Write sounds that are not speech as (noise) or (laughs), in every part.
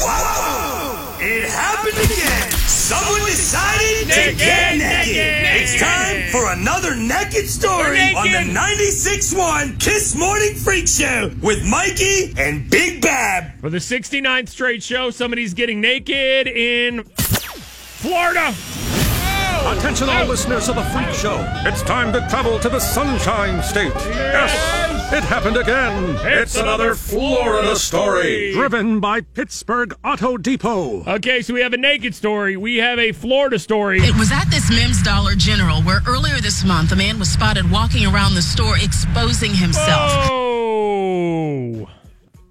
Wow! It happened again! Someone decided to get naked! It's time for another naked story We're naked. on the 96.1 Kiss Morning Freak Show with Mikey and Big Bab. For the 69th straight show, somebody's getting naked in Florida. Attention all listeners of the Freak Show. It's time to travel to the Sunshine State. Yes. it happened again. It's another Florida story. Driven by Pittsburgh Auto Depot. Okay, so we have a naked story. We have a Florida story. It was at this Mims Dollar General where earlier this month a man was spotted walking around the store exposing himself. Oh,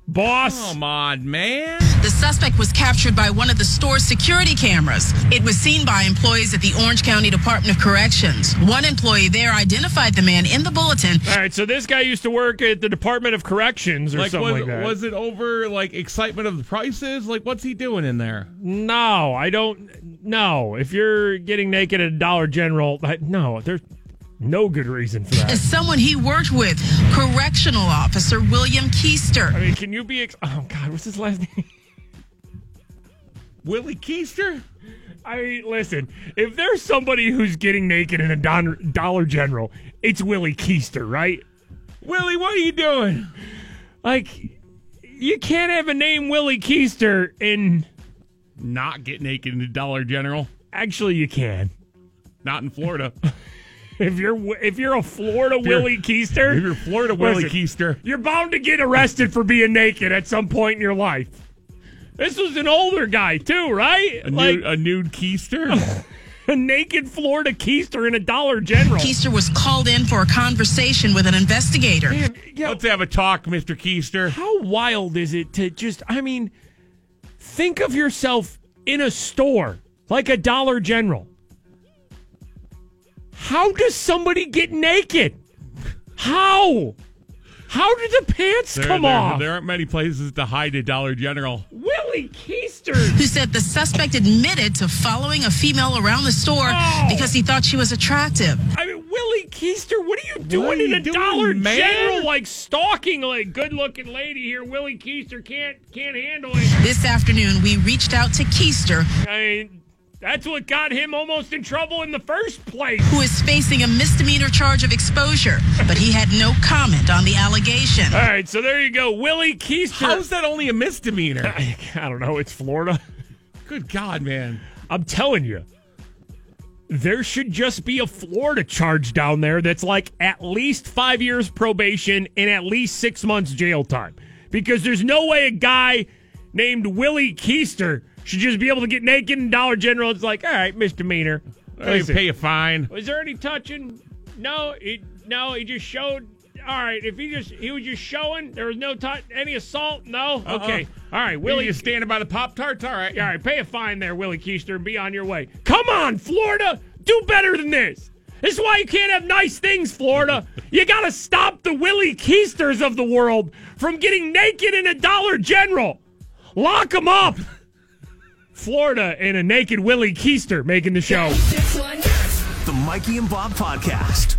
boss. Come on, man. The suspect was captured by one of the store's security cameras. It was seen by employees at the Orange County Department of Corrections. One employee there identified the man in the bulletin All right, so this guy used to work at the Department of Corrections or Like something was, like that. was it over like excitement of the prices? Like what's he doing in there? no, I don't. No, if you're getting naked at Dollar General, I, no, there's no good reason for that. as someone he worked with, correctional officer William Keister. I mean, can you be? Ex- oh God, what's his last name? Willie Keister? I mean, listen, if there's somebody who's getting naked in a Don- Dollar General, it's Willie Keister, right? Willie, what are you doing? Like, you can't have a name Willie Keister in. Not get naked in the Dollar General. Actually, you can. Not in (laughs) Florida. If you're w- if you're a Florida you're- Willie Keister, if you're Florida Willie Listen. Keister. you're bound to get arrested for being naked at some point in your life. This was an older guy too, right? A, like nude, a nude (laughs) Keister? a naked Florida Keister in a Dollar General. Keister was called in for a conversation with an investigator. Man, yeah, Let's have a talk, Mr. Keister. how wild is it to just i mean think of yourself in a store like a dollar general how does somebody get naked how how did the pants There, come there, off there aren't many places to hide at Dollar General. willie keister who said the suspect admitted to following a female around the store Oh. because he thought she was attractive. i mean willie keister what are you doing are in you a doing, dollar man? general like stalking like good looking lady here willie keister can't can't handle it This afternoon, we reached out to Keister, i mean that's what got him almost in trouble in the first place who is facing a misdemeanor charge of exposure, but he had no comment on the allegation. All right, so there you go, Willie Keister. How's that only a misdemeanor? (laughs) I, (laughs) I don't know. It's Florida. Good God, man. I'm telling you, there should just be a Florida charge down there that's like at least five years probation and at least six months jail time, because there's no way a guy named Willie Keister should just be able to get naked in Dollar General. It's like, all right, misdemeanor. They Listen, pay a fine. was there any touching? No, he no, he just showed. All right, if he just he was just showing, there was no touch, any assault. No, okay, all right, Willie, you Uh-uh. standing by the Pop Tarts? All right. all right, pay a fine there, Willie Keister, and be on your way. Come on, Florida, do better than this. This is why you can't have nice things, (laughs) Florida. You gotta stop the Willie Keisters of the world from getting naked in a Dollar General. Lock them (laughs) up. Florida and a naked Willie Keister making the show. The Mikey and Bob Podcast.